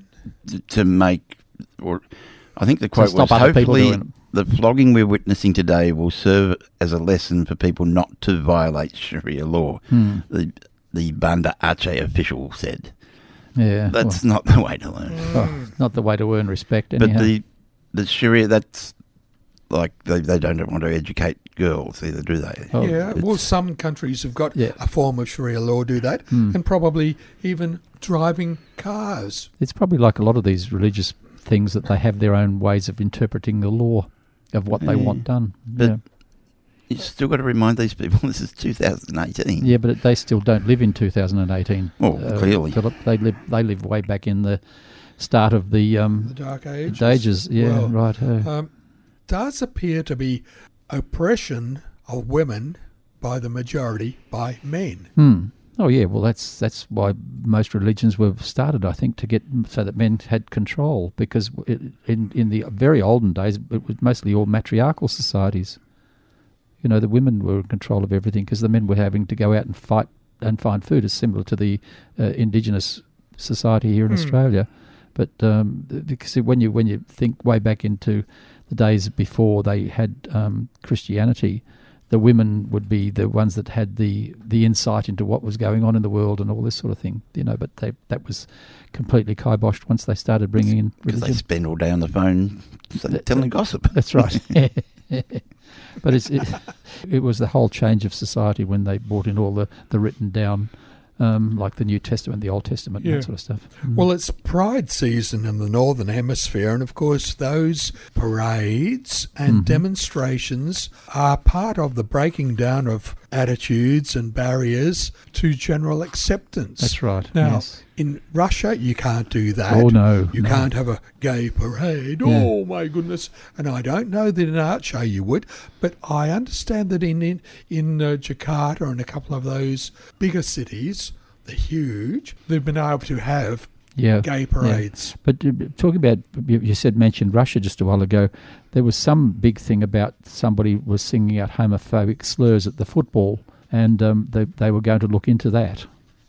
Speaker 5: t- to make, or I think the quote
Speaker 4: stop
Speaker 5: was
Speaker 4: other people
Speaker 5: hopefully
Speaker 4: doing it."
Speaker 5: the flogging we're witnessing today will serve as a lesson for people not to violate Sharia law.
Speaker 4: Hmm.
Speaker 5: The the Banda Aceh official said
Speaker 4: Yeah,
Speaker 5: that's not the way to learn.
Speaker 4: well, oh, not the way to earn respect.
Speaker 5: But
Speaker 4: Anyhow.
Speaker 5: the the Sharia that's like they, they don't want to educate girls either, do they?
Speaker 4: Oh.
Speaker 3: yeah. Well,
Speaker 5: it's-
Speaker 3: some countries have got
Speaker 4: Yeah.
Speaker 3: a form of Sharia law do that,
Speaker 4: Hmm.
Speaker 3: and probably even driving cars.
Speaker 4: It's probably like a lot of these religious things that they have their own ways of interpreting the law of what they want done.
Speaker 5: But-
Speaker 4: yeah.
Speaker 5: You still got to remind these people this is 2018.
Speaker 4: Yeah, but it- they still don't live in 2018.
Speaker 5: Oh, Well, clearly.
Speaker 4: Uh, Philip. they live they live way back in the start of the
Speaker 3: The
Speaker 4: um,
Speaker 3: Dark Ages.
Speaker 4: ages. Yeah,
Speaker 3: Well,
Speaker 4: right. uh,
Speaker 3: um, does appear to be oppression of women by the majority by men.
Speaker 4: hmm. Oh yeah, well that's that's why most religions were started, I think, to get so that men had control because it, in in the very olden days it was mostly all matriarchal societies. You know, the women were in control of everything because the men were having to go out and fight and find food, is similar to the uh, indigenous society here in Australia. But um, th- because when you when you think way back into the days before they had um, Christianity, the women would be the ones that had the the insight into what was going on in the world and all this sort of thing, you know. But they, that was completely kiboshed once they started bringing in
Speaker 5: Because they
Speaker 4: religion.
Speaker 5: spend all day on the phone so telling gossip.
Speaker 4: That's right. but it's, it, it was the whole change of society when they brought in all the, the written down, um, like the New Testament, the Old Testament, and
Speaker 3: Yeah.
Speaker 4: that sort of stuff.
Speaker 3: Well, it's pride season in the Northern Hemisphere, and of course, those parades and demonstrations are part of the breaking down of attitudes and barriers to general acceptance.
Speaker 4: Mm. That's right,
Speaker 3: Now,
Speaker 4: yes.
Speaker 3: in Russia, you can't do that.
Speaker 4: Oh, no,
Speaker 3: You
Speaker 4: no.
Speaker 3: can't have a gay parade. Oh, my goodness. And I don't know that in Aceh you would, but I understand that in, in, in uh, Jakarta and a couple of those bigger cities, they're huge, they've been able to have
Speaker 4: Yeah,
Speaker 3: gay
Speaker 4: yeah.
Speaker 3: parades.
Speaker 4: But uh, talking about you, you said mentioned Russia just a while ago, there was some big thing about somebody was singing out homophobic slurs at the football, and um, they they were going to look into that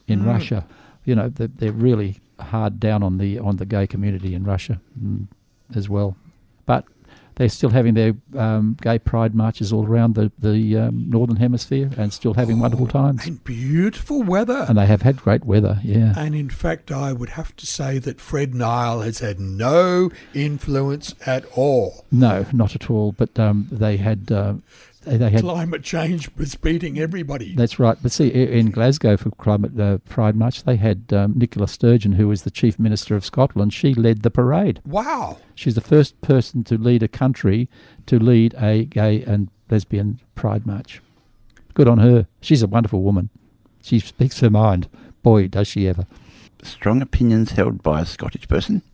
Speaker 4: in
Speaker 3: Mm.
Speaker 4: Russia. You know, they're, they're really hard down on the on the gay community in Russia mm, as well. But They're still having their um, gay pride marches all around the, the um, northern hemisphere and still having wonderful times.
Speaker 3: And beautiful weather.
Speaker 4: And they have had great weather, yeah.
Speaker 3: And in fact, I would have to say that Fred Nile has had no influence at all.
Speaker 4: No, not at all. But um, they had uh, they they had
Speaker 3: Climate change was beating everybody.
Speaker 4: That's right. But see, i- in Glasgow for Climate uh, Pride March, they had um, Nicola Sturgeon, who was the Chief Minister of Scotland. She led the parade.
Speaker 3: Wow.
Speaker 4: She's the first person to lead a country to lead a gay and lesbian pride march. Good on her. She's a wonderful woman. She speaks her mind. Boy, does she ever.
Speaker 5: Strong opinions held by a Scottish person?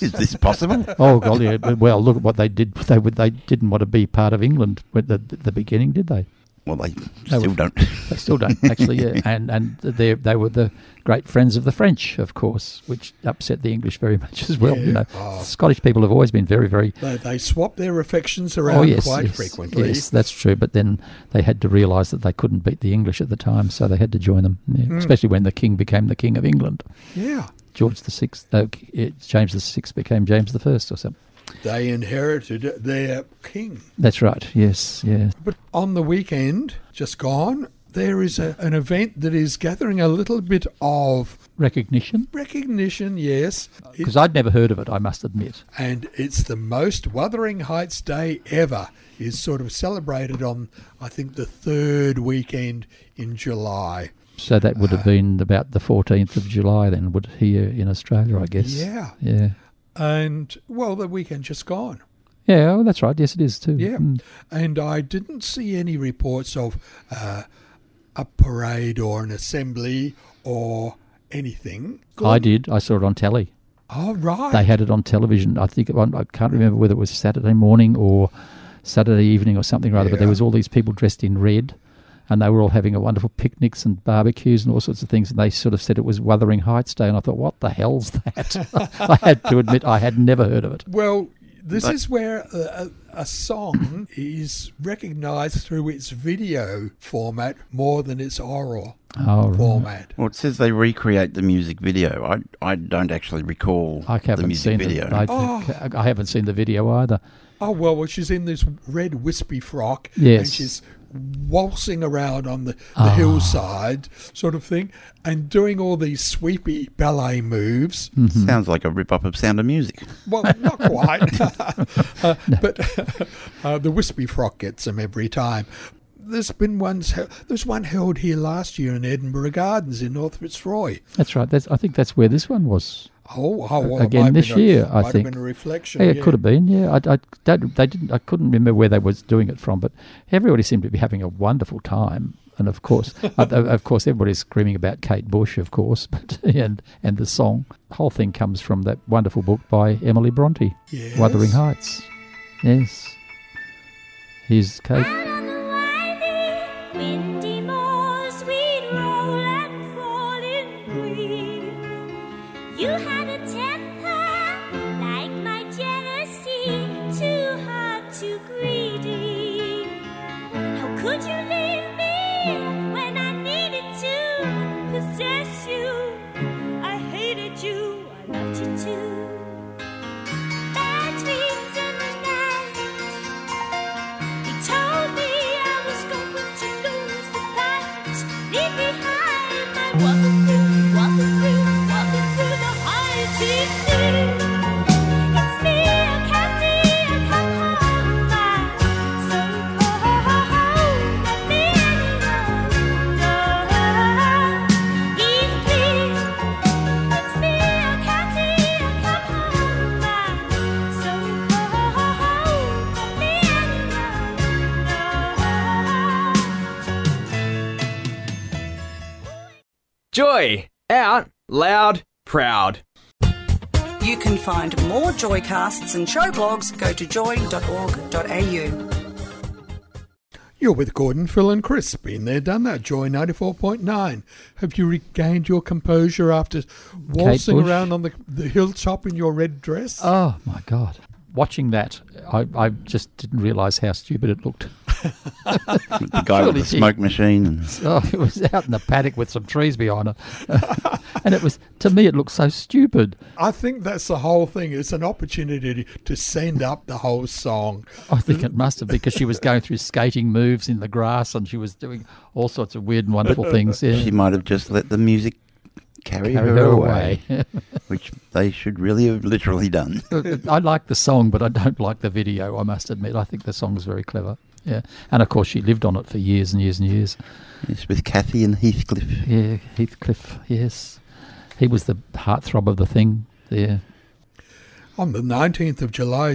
Speaker 4: Yes.
Speaker 5: this possible?
Speaker 4: oh, golly. uh, Well, look at what they did. They, would, they didn't want to be part of England at the, the beginning, did they?
Speaker 5: well, they
Speaker 4: No,
Speaker 5: still don't.
Speaker 4: They still don't, actually. Yeah. And and they they were the great friends of the French, of course, which upset the English very much as well. You know,
Speaker 3: Oh.
Speaker 4: Scottish people have always been very, very.
Speaker 3: They, they swap their affections around quite frequently.
Speaker 4: Oh, yes, that's true. But then they had to realise that they couldn't beat the English at the time, so they had to join them. Yeah,
Speaker 3: Hmm.
Speaker 4: Especially when the king became the king of England,
Speaker 3: Yeah.
Speaker 4: George the Sixth, no, it- James the Sixth became James the First, or something.
Speaker 3: They inherited their king.
Speaker 4: That's right. Yes, yes.
Speaker 3: But on the weekend, just gone, there is a, an event that is gathering a little bit of
Speaker 4: Recognition,
Speaker 3: recognition, yes. It-
Speaker 4: because I'd never heard of it. I must admit.
Speaker 3: and it's the most Wuthering Heights Day ever is sort of celebrated on I think the third weekend in July.
Speaker 4: So that would have been about the 14th of July, then, would it, here in Australia, I guess.
Speaker 3: Yeah.
Speaker 4: Yeah.
Speaker 3: And well the weekend just gone.
Speaker 4: Yeah, well, that's right. Yes, it is too.
Speaker 3: Yeah.
Speaker 4: Mm.
Speaker 3: And I didn't see any reports of uh, a parade or an assembly or anything.
Speaker 4: I did. I saw it on telly.
Speaker 3: Oh right.
Speaker 4: They had it on television. I think, I I can't remember whether it was Saturday morning or Saturday evening or something or other, but there
Speaker 3: Yeah.
Speaker 4: was all these people dressed in red and they were all having a wonderful picnics and barbecues and all sorts of things. And they sort of said it was Wuthering Heights Day. And I thought, what the hell's that? I had to admit, I had never heard of it.
Speaker 3: Well, this is where a, a a song is recognised through its video format more than its oral
Speaker 4: Oh, right.
Speaker 3: format.
Speaker 5: Well, it says they recreate the music video. I, I don't actually recall
Speaker 4: I
Speaker 5: the
Speaker 4: haven't
Speaker 5: music
Speaker 4: seen
Speaker 5: video.
Speaker 4: The, I, I haven't seen the video either.
Speaker 3: Oh well, well she's in this red wispy frock and
Speaker 4: Yes. Ah.
Speaker 3: she's waltzing around on the, the hillside sort of thing and doing all these sweepy ballet moves.
Speaker 5: Sounds like a rip up of Sound of Music.
Speaker 3: Well, not quite, Uh, but uh, the wispy frock gets them every time. There's been ones. he- There's one held here last year in Edinburgh Gardens in North Fitzroy.
Speaker 4: That's right. That's, I think that's where this one was.
Speaker 3: Oh, oh well, it
Speaker 4: again
Speaker 3: might have
Speaker 4: this
Speaker 3: been a-
Speaker 4: year, I
Speaker 3: might have
Speaker 4: think.
Speaker 3: been a reflection.
Speaker 4: Yeah, it
Speaker 3: yeah.
Speaker 4: could have been. Yeah, I, I don't, they didn't. I couldn't remember where they was doing it from, but everybody seemed to be having a wonderful time. And of course, uh, of course, everybody's screaming about Kate Bush, of course, but and and the song. The whole thing comes from that wonderful book by Emily Bronte, Wuthering
Speaker 3: Yes.
Speaker 4: Heights. Yes. Here's Kate.
Speaker 8: Out on the winding, windy moors, we'd roll and fall in grief. You had a temper like my jealousy, too hot, too greedy. How could you leave me when I needed to possess you? I hated you, I loved you too. Bad dreams in the night. He told me I was going to lose the fight. Leave behind my walking through, walking through, walking through the heights he knew. It's me, a captive, I come home by so oh, cold that the animal He's pleased. It's me, a captive, I come home by so cold that the animal
Speaker 6: Joy, out, loud, proud.
Speaker 10: You can find more Joycasts and show blogs. Go to joy.org.au.
Speaker 3: You're with Gordon, Phil, and Chris. Been there, done that. Joy 94.9. Have you regained your composure after waltzing
Speaker 4: Bush. Uh.
Speaker 3: around on the, the hilltop in your red dress?
Speaker 4: Oh my God! Watching that, I, I just didn't realise how stupid it looked.
Speaker 5: the guy with the
Speaker 4: Surely-
Speaker 5: smoke machine. And
Speaker 4: Oh, it was out in the paddock with some trees behind it. and it was, to me, it looked so stupid.
Speaker 3: I think that's the whole thing. It's an opportunity to send up the whole song.
Speaker 4: I think it must have because she was going through skating moves in the grass and she was doing all sorts of weird and wonderful things. Yeah.
Speaker 5: She might have just let the music carry,
Speaker 4: Carry
Speaker 5: her,
Speaker 4: her
Speaker 5: away,
Speaker 4: away.
Speaker 5: which they should really have literally done.
Speaker 4: I like the song, but I don't like the video, I must admit. I think the song's very clever. Yeah. And of course, she lived on it for years and years and years.
Speaker 5: Yes, with Kathy and Heathcliff.
Speaker 4: Yeah, Heathcliff, yes. He was the heartthrob of the thing. Yeah.
Speaker 3: On the 19th of July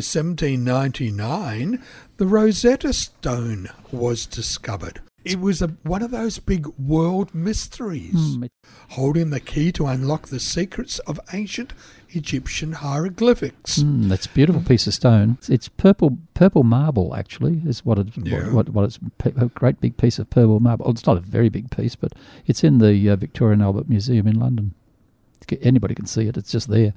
Speaker 3: 1799, the Rosetta Stone was discovered. It was a, one of those big world mysteries,
Speaker 4: Hmm. Mm,
Speaker 3: holding the key to unlock the secrets of ancient Egyptian hieroglyphics.
Speaker 4: Mm, that's a beautiful piece of stone. It's, it's purple purple marble, actually, is what it,
Speaker 3: Yeah.
Speaker 4: what, what it's pe- a great big piece of purple marble. Oh, it's not a very big piece, but it's in the uh, Victoria and Albert Museum in London. It's ca- Anybody can see it. It's just there,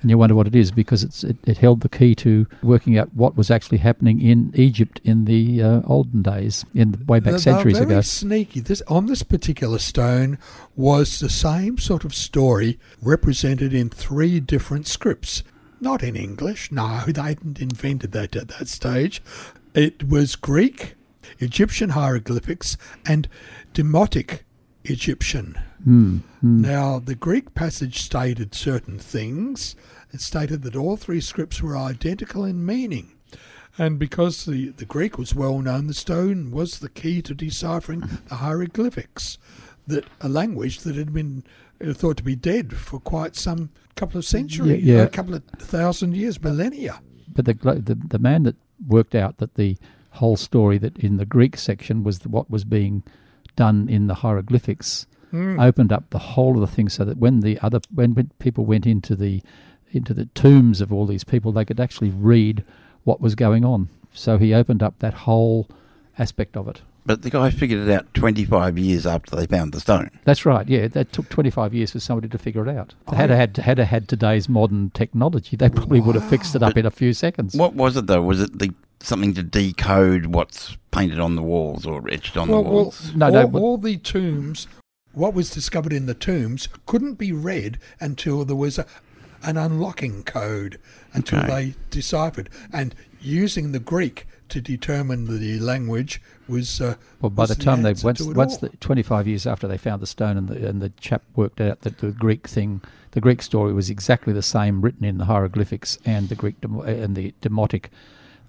Speaker 4: and you wonder what it is because it's it, it held the key to working out what was actually happening in Egypt in the uh, olden days, in the, way back
Speaker 3: They're- they're
Speaker 4: centuries
Speaker 3: very
Speaker 4: ago.
Speaker 3: sneaky. This on this particular stone was the same sort of story represented in three different scripts. Not in English. No, they hadn't invented that at that stage. It was Greek, Egyptian hieroglyphics, and Demotic Egyptian.
Speaker 4: Mm, mm.
Speaker 3: Now, the Greek passage stated certain things. It stated that all three scripts were identical in meaning. And because the, the Greek was well known, the stone was the key to deciphering the hieroglyphics, that a language that had been uh, thought to be dead for quite some couple of centuries,
Speaker 4: yeah.
Speaker 3: a couple of thousand years, millennia.
Speaker 4: But the, glo- the the man that worked out that the whole story that in the Greek section was what was being done in the hieroglyphics
Speaker 3: Hmm.
Speaker 4: opened up the whole of the thing, so that when the other when, when people went into the into the tombs of all these people, they could actually read what was going on. So he opened up that whole aspect of it.
Speaker 5: But the guy figured it out 25 years after they found the stone.
Speaker 4: That's right. Yeah, that took 25 years for somebody to figure it out. Had I had had I had today's modern technology, they probably would have fixed it up in a few seconds.
Speaker 5: What was it though? Was it the something to decode what's painted on the walls or etched on the walls?
Speaker 4: No,
Speaker 3: all,
Speaker 4: no, but-
Speaker 3: all the tombs, what was discovered in the tombs, couldn't be read until there was a, an unlocking code, until
Speaker 5: Okay.
Speaker 3: they deciphered. And using the Greek to determine the language was. Uh,
Speaker 4: Well, by
Speaker 3: was
Speaker 4: the time they
Speaker 3: answer
Speaker 4: once
Speaker 3: to it
Speaker 4: once
Speaker 3: all.
Speaker 4: the, twenty five years after they found the stone and the and the chap worked out that the Greek thing, the Greek story was exactly the same written in the hieroglyphics and the Greek demo, and the demotic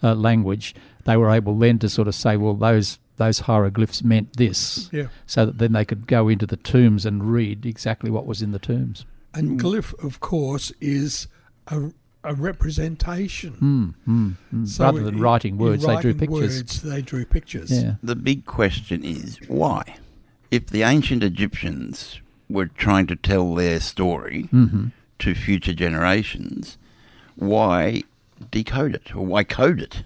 Speaker 4: uh, language. They were able then to sort of say, well, those those hieroglyphs meant this,
Speaker 3: Yeah.
Speaker 4: so that then they could go into the tombs and read exactly what was in the tombs. Mm.
Speaker 3: And glyph, of course, is a, a representation.
Speaker 4: Mm, mm, mm. Rather than
Speaker 3: in-
Speaker 4: writing
Speaker 3: in
Speaker 4: words, they drew
Speaker 3: writing
Speaker 4: pictures.
Speaker 3: Words, they drew pictures.
Speaker 4: Yeah.
Speaker 5: The big question is why? If the ancient Egyptians were trying to tell their story
Speaker 4: Mm-hmm.
Speaker 5: to future generations, why decode it or why code it?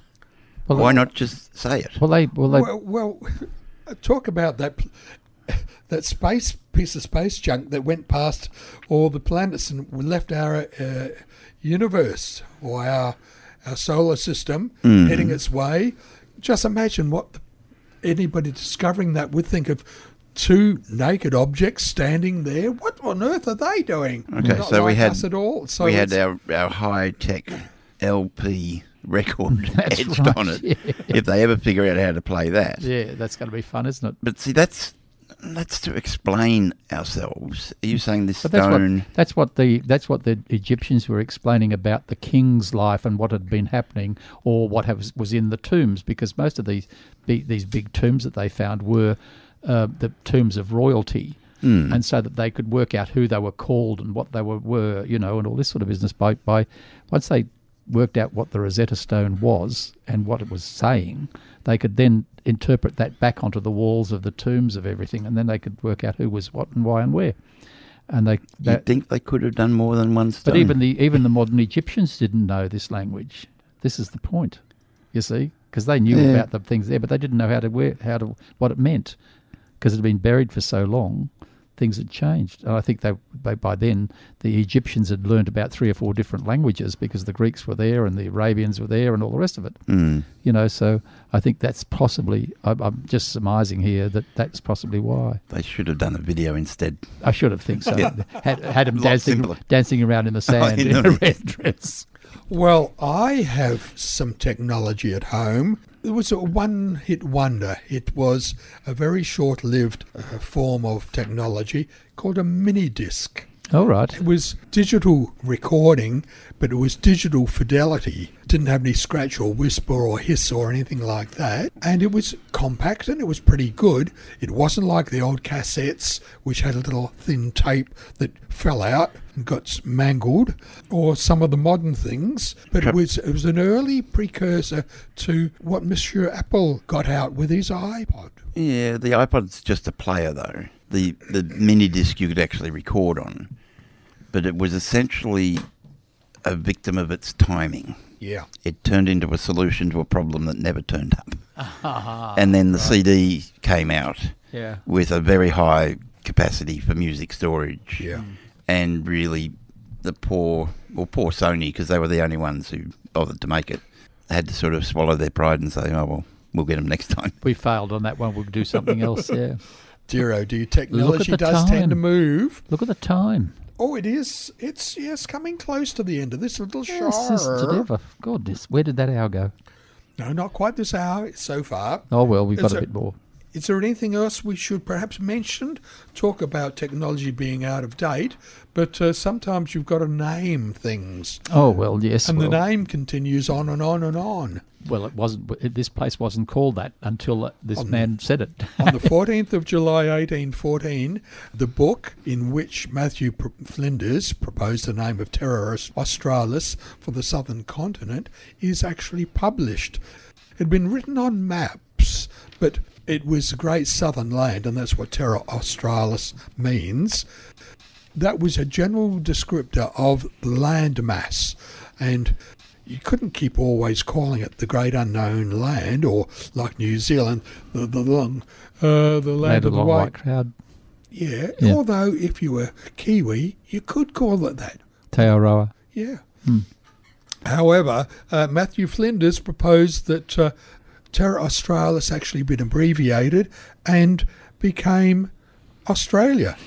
Speaker 4: Well,
Speaker 5: why
Speaker 4: they-
Speaker 5: not just say it?
Speaker 4: Well, they well they
Speaker 3: Well, well, talk about that pl- that space piece of space junk that went past all the planets and we left our uh, universe or our our solar system
Speaker 5: Mm.
Speaker 3: heading its way. Just imagine what anybody discovering that would think of. Two naked objects standing there. What on earth are they doing?
Speaker 5: Okay,
Speaker 3: Not
Speaker 5: so we
Speaker 3: like
Speaker 5: had
Speaker 3: us at all. So
Speaker 5: we had
Speaker 3: it's-
Speaker 5: our, our high tech LP record
Speaker 4: That's
Speaker 5: etched
Speaker 4: right,
Speaker 5: on it.
Speaker 4: yeah.
Speaker 5: If they ever figure out how to play that,
Speaker 4: yeah, that's going to be fun, isn't it?
Speaker 5: but see that's that's to explain ourselves. Are you saying this
Speaker 4: Mm. But that's
Speaker 5: stone?
Speaker 4: what that's what the that's what the Egyptians were explaining about the king's life and what had been happening or what has, was in the tombs because most of these be, these big tombs that they found were uh, the tombs of royalty.
Speaker 5: Hmm.
Speaker 4: And so that they could work out who they were called and what they were, were, you know, and all this sort of business by, by once they worked out what the Rosetta Stone was and what it was saying, they could then interpret that back onto the walls of the tombs of everything, and then they could work out who was what and why and where and they
Speaker 5: you
Speaker 4: that,
Speaker 5: think they could have done more than one stone?
Speaker 4: but even the even the modern Egyptians didn't know this language. This is the point, you see, because they knew
Speaker 5: Yeah.
Speaker 4: about the things there, but they didn't know how to where, how to what it meant because it had been buried for so long things had changed. And I think they, they by then the Egyptians had learned about three or four different languages because the Greeks were there and the Arabians were there and all the rest of it.
Speaker 5: Mm.
Speaker 4: You know, so I think that's possibly. I'm, I'm just surmising here that that's possibly why.
Speaker 5: They should have done a video instead.
Speaker 4: I should have think so.
Speaker 5: Yeah.
Speaker 4: Had, had him
Speaker 5: Lot
Speaker 4: dancing,
Speaker 5: simpler.
Speaker 4: dancing around
Speaker 3: Oh,
Speaker 4: in the sand
Speaker 5: I
Speaker 4: in
Speaker 5: know.
Speaker 4: a red dress.
Speaker 3: Well, I have some technology at home. There was a one hit wonder. It was a very short lived uh, form of technology called a mini disc.
Speaker 4: All right.
Speaker 3: It was digital recording, but it was digital fidelity. It didn't have any scratch or whisper or hiss or anything like that. And it was compact and it was pretty good. It wasn't like the old cassettes, which had a little thin tape that fell out and got s- mangled, or some of the modern things. But it was it was an early precursor to what Monsieur Apple got out with his iPod.
Speaker 5: Yeah, the iPod's just a player though. The the mini disc you could actually record on, but it was essentially a victim of its timing.
Speaker 3: Yeah.
Speaker 5: It turned into a solution to a problem that never turned up. and then the CD came out
Speaker 4: Yeah.
Speaker 5: with a very high capacity for music storage.
Speaker 3: Yeah.
Speaker 4: Mm.
Speaker 5: And really, the poor, well, poor Sony, because they were the only ones who bothered to make it, had to sort of swallow their pride and say, oh, well, we'll get them next time.
Speaker 4: We failed on that one. We'll do something else. Yeah.
Speaker 3: Dear oh dear, technology
Speaker 4: the
Speaker 3: does tend to
Speaker 4: time.
Speaker 3: move.
Speaker 4: Look at the time.
Speaker 3: Oh, it is. It's yes, coming close to the end of this little show.
Speaker 4: Sensitive. Goodness, where did that hour go?
Speaker 3: No, not quite this hour so far.
Speaker 4: Oh well, we've got
Speaker 3: Is
Speaker 4: a
Speaker 3: it-
Speaker 4: bit more.
Speaker 3: Is there anything else we should perhaps mention? Talk about technology being out of date, but uh, sometimes you've got to name things.
Speaker 4: Oh well, yes.
Speaker 3: And
Speaker 4: well,
Speaker 3: the name continues on and on and on.
Speaker 4: well, it wasn't. it- This place wasn't called that until uh, this man said it.
Speaker 3: On the 14th of July 1814, the book in which Matthew P- Flinders proposed the name of Terrorus Australis for the southern continent is actually published. It had been written on maps, but it was the great southern land, and that's what Terra Australis means. That was a general descriptor of the land mass, and you couldn't keep always calling it the great unknown land, or like New Zealand, the the long, uh, the land
Speaker 4: Made a
Speaker 3: of the
Speaker 4: long
Speaker 3: white.
Speaker 4: white crowd.
Speaker 3: Yeah.
Speaker 4: Yeah.
Speaker 3: Although if you were Kiwi, you could call it that.
Speaker 4: Teoroa.
Speaker 3: Yeah.
Speaker 4: Hmm.
Speaker 3: However, uh, Matthew Flinders proposed that uh, Terra Australis actually been abbreviated and became Australia.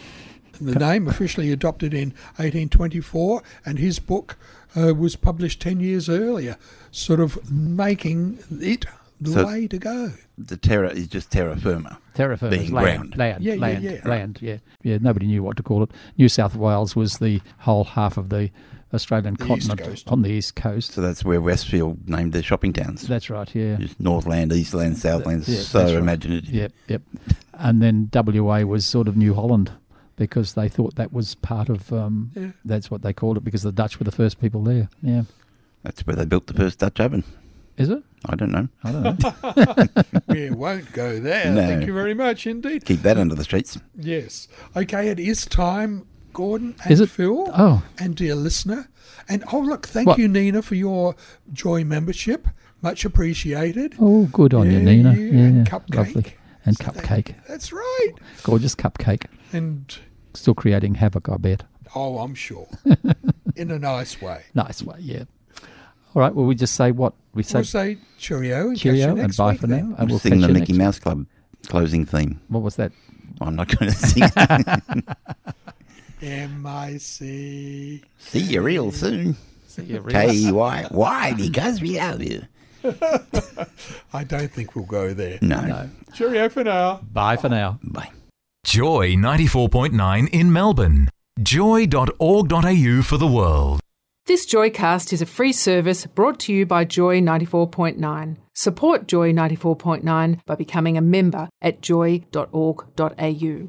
Speaker 3: The name officially adopted in 1824, and his book uh, was published 10 years earlier, sort of making it the
Speaker 5: So-
Speaker 3: way to go.
Speaker 5: The terra is just terra firma.
Speaker 4: Terra firma
Speaker 5: Being
Speaker 4: is land,
Speaker 5: ground.
Speaker 4: land,
Speaker 3: Yeah, yeah,
Speaker 4: land,
Speaker 3: yeah.
Speaker 4: land. Yeah, yeah. Nobody knew what to call it. New South Wales was the whole half of the Australian
Speaker 3: East
Speaker 4: continent
Speaker 3: Coast.
Speaker 4: on the east coast.
Speaker 5: So that's where Westfield named their shopping towns.
Speaker 4: That's right. Yeah.
Speaker 5: Just Northland, Eastland, Southland,
Speaker 4: Yeah,
Speaker 5: so
Speaker 4: that's right.
Speaker 5: imaginative.
Speaker 4: Yep, yep. And then WA was sort of New Holland because they thought that was part of. Um,
Speaker 3: Yeah.
Speaker 4: That's what they called it because the Dutch were the first people there. Yeah.
Speaker 5: That's where they built the first Dutch oven.
Speaker 4: Is it?
Speaker 5: I don't know.
Speaker 4: I don't know.
Speaker 3: we won't go there.
Speaker 5: No.
Speaker 3: Thank you very much indeed.
Speaker 5: Keep that under the streets.
Speaker 3: Yes. Okay, it is time, Gordon and
Speaker 4: Is it?
Speaker 3: Phil.
Speaker 4: Oh.
Speaker 3: And dear listener. And oh, look, thank
Speaker 4: What?
Speaker 3: you, Nina, for your Joy membership. Much appreciated.
Speaker 4: oh, good on you,
Speaker 3: Yeah,
Speaker 4: Nina.
Speaker 3: yeah,
Speaker 4: Yeah,
Speaker 3: and cupcake.
Speaker 4: lovely. And
Speaker 3: So thank-
Speaker 4: cupcake,
Speaker 3: That's right.
Speaker 4: gorgeous cupcake,
Speaker 3: And
Speaker 4: still creating havoc, I bet.
Speaker 3: oh, I'm sure. In a nice way.
Speaker 4: Nice way, yeah. All right. Well, we just say what we say.
Speaker 3: we'll say cheerio and catch you
Speaker 4: cheerio and
Speaker 3: next
Speaker 4: bye
Speaker 3: week
Speaker 4: for
Speaker 3: then.
Speaker 4: now. And we'll
Speaker 5: sing
Speaker 4: catch
Speaker 5: the
Speaker 4: you
Speaker 5: Mickey
Speaker 4: next-
Speaker 5: Mouse Club closing theme.
Speaker 4: What was that?
Speaker 5: I'm not going to sing it.
Speaker 3: M I C.
Speaker 5: See you real soon. K E Y. Why? Because we love you.
Speaker 3: I don't think we'll go there.
Speaker 5: no.
Speaker 3: Cheerio for now.
Speaker 4: Bye for now.
Speaker 5: Bye.
Speaker 11: Joy 94.9 in Melbourne. Joy.org.au for the world.
Speaker 12: This Joycast is a free service brought to you by Joy 94.9. Support Joy 94.9 by becoming a member at joy.org.au.